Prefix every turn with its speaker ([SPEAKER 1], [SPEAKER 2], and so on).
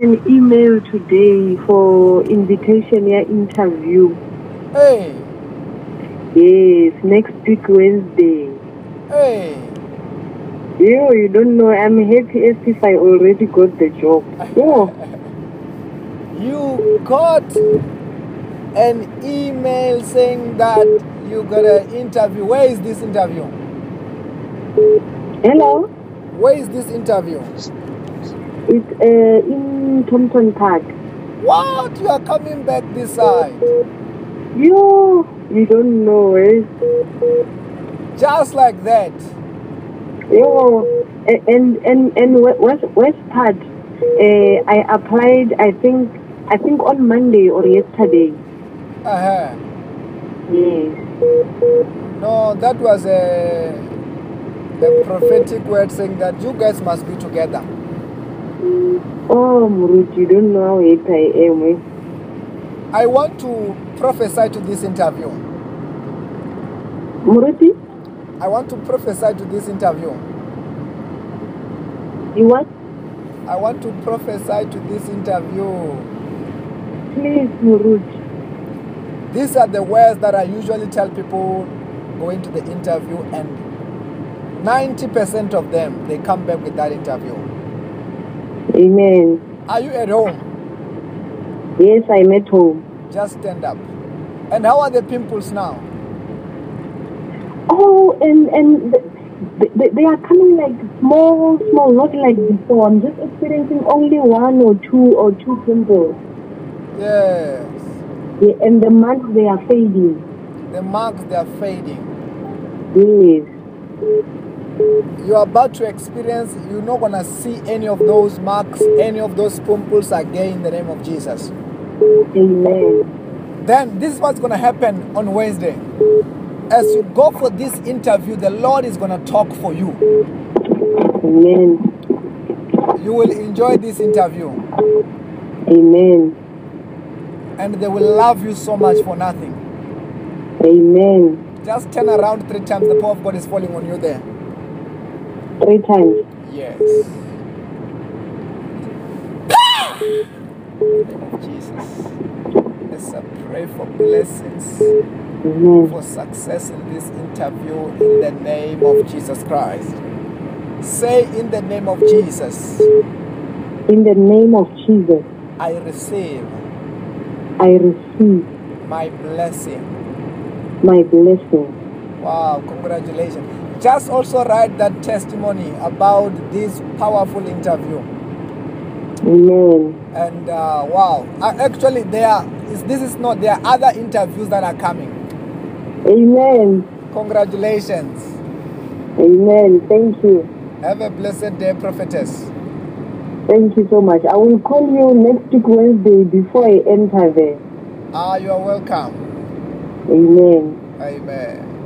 [SPEAKER 1] an email today for invitation yeah interview.
[SPEAKER 2] Hey,
[SPEAKER 1] Yes, next week Wednesday.
[SPEAKER 2] hey.
[SPEAKER 1] Yo, you don't know. I'm happy as if I already got the job. Yo,
[SPEAKER 2] You got an email saying that you got an interview. Where is this interview?
[SPEAKER 1] hello.
[SPEAKER 2] Where is this interview?
[SPEAKER 1] It's uh, in Thompson Park.
[SPEAKER 2] What? You are coming back this side.
[SPEAKER 1] Yo, you don't know. Eh?
[SPEAKER 2] Just like that.
[SPEAKER 1] Yo, a- and and and wh- west west part. Uh, I applied. I think I think on Monday or yesterday.
[SPEAKER 2] Uh-huh.
[SPEAKER 1] Yes.
[SPEAKER 2] No, that was a, a prophetic word saying that you guys must be together.
[SPEAKER 1] Oh, Murut, you don't know how happy I am. Eh?
[SPEAKER 2] I want to prophesy to this interview.
[SPEAKER 1] Muruti,
[SPEAKER 2] I want to prophesy to this interview.
[SPEAKER 1] you what?
[SPEAKER 2] I want to prophesy to this interview.
[SPEAKER 1] Please, Murut.
[SPEAKER 2] These are the words that I usually tell people going to the interview, and 90% of them they come back with that interview.
[SPEAKER 1] Amen.
[SPEAKER 2] Are you at home?
[SPEAKER 1] Yes, I'm at home.
[SPEAKER 2] Just stand up. And how are the pimples now?
[SPEAKER 1] Oh, and and th- th- th- they are coming like small, small, not like before. I'm just experiencing only one or two or two pimples.
[SPEAKER 2] Yes.
[SPEAKER 1] Yeah, and the months they are fading.
[SPEAKER 2] The marks they are fading.
[SPEAKER 1] Yes.
[SPEAKER 2] You are about to experience, you're not gonna see any of those marks, any of those pimples again in the name of Jesus.
[SPEAKER 1] Amen.
[SPEAKER 2] then this is what's going to happen on Wednesday. As you go for this interview, the Lord is going to talk for you.
[SPEAKER 1] Amen.
[SPEAKER 2] You will enjoy this interview,
[SPEAKER 1] Amen.
[SPEAKER 2] and they will love you so much for nothing.
[SPEAKER 1] Amen.
[SPEAKER 2] Just turn around three times. The power of God is falling on you there.
[SPEAKER 1] Three times.
[SPEAKER 2] Yes. Jesus. Let's uh, pray for blessings,
[SPEAKER 1] Amen.
[SPEAKER 2] for success in this interview in the name of Jesus Christ. Say in the name of Jesus.
[SPEAKER 1] In the name of Jesus,
[SPEAKER 2] I receive
[SPEAKER 1] I receive
[SPEAKER 2] my blessing.
[SPEAKER 1] my blessing.
[SPEAKER 2] Wow, congratulations. Just also write that testimony about this powerful interview.
[SPEAKER 1] Amen.
[SPEAKER 2] And uh, wow, uh, actually, there is this is not, there are other interviews that are coming.
[SPEAKER 1] Amen.
[SPEAKER 2] Congratulations.
[SPEAKER 1] Amen. Thank you.
[SPEAKER 2] Have a blessed day, prophetess.
[SPEAKER 1] Thank you so much. I will call you next week Wednesday before I enter there.
[SPEAKER 2] Ah, you are welcome.
[SPEAKER 1] Amen.
[SPEAKER 2] Amen.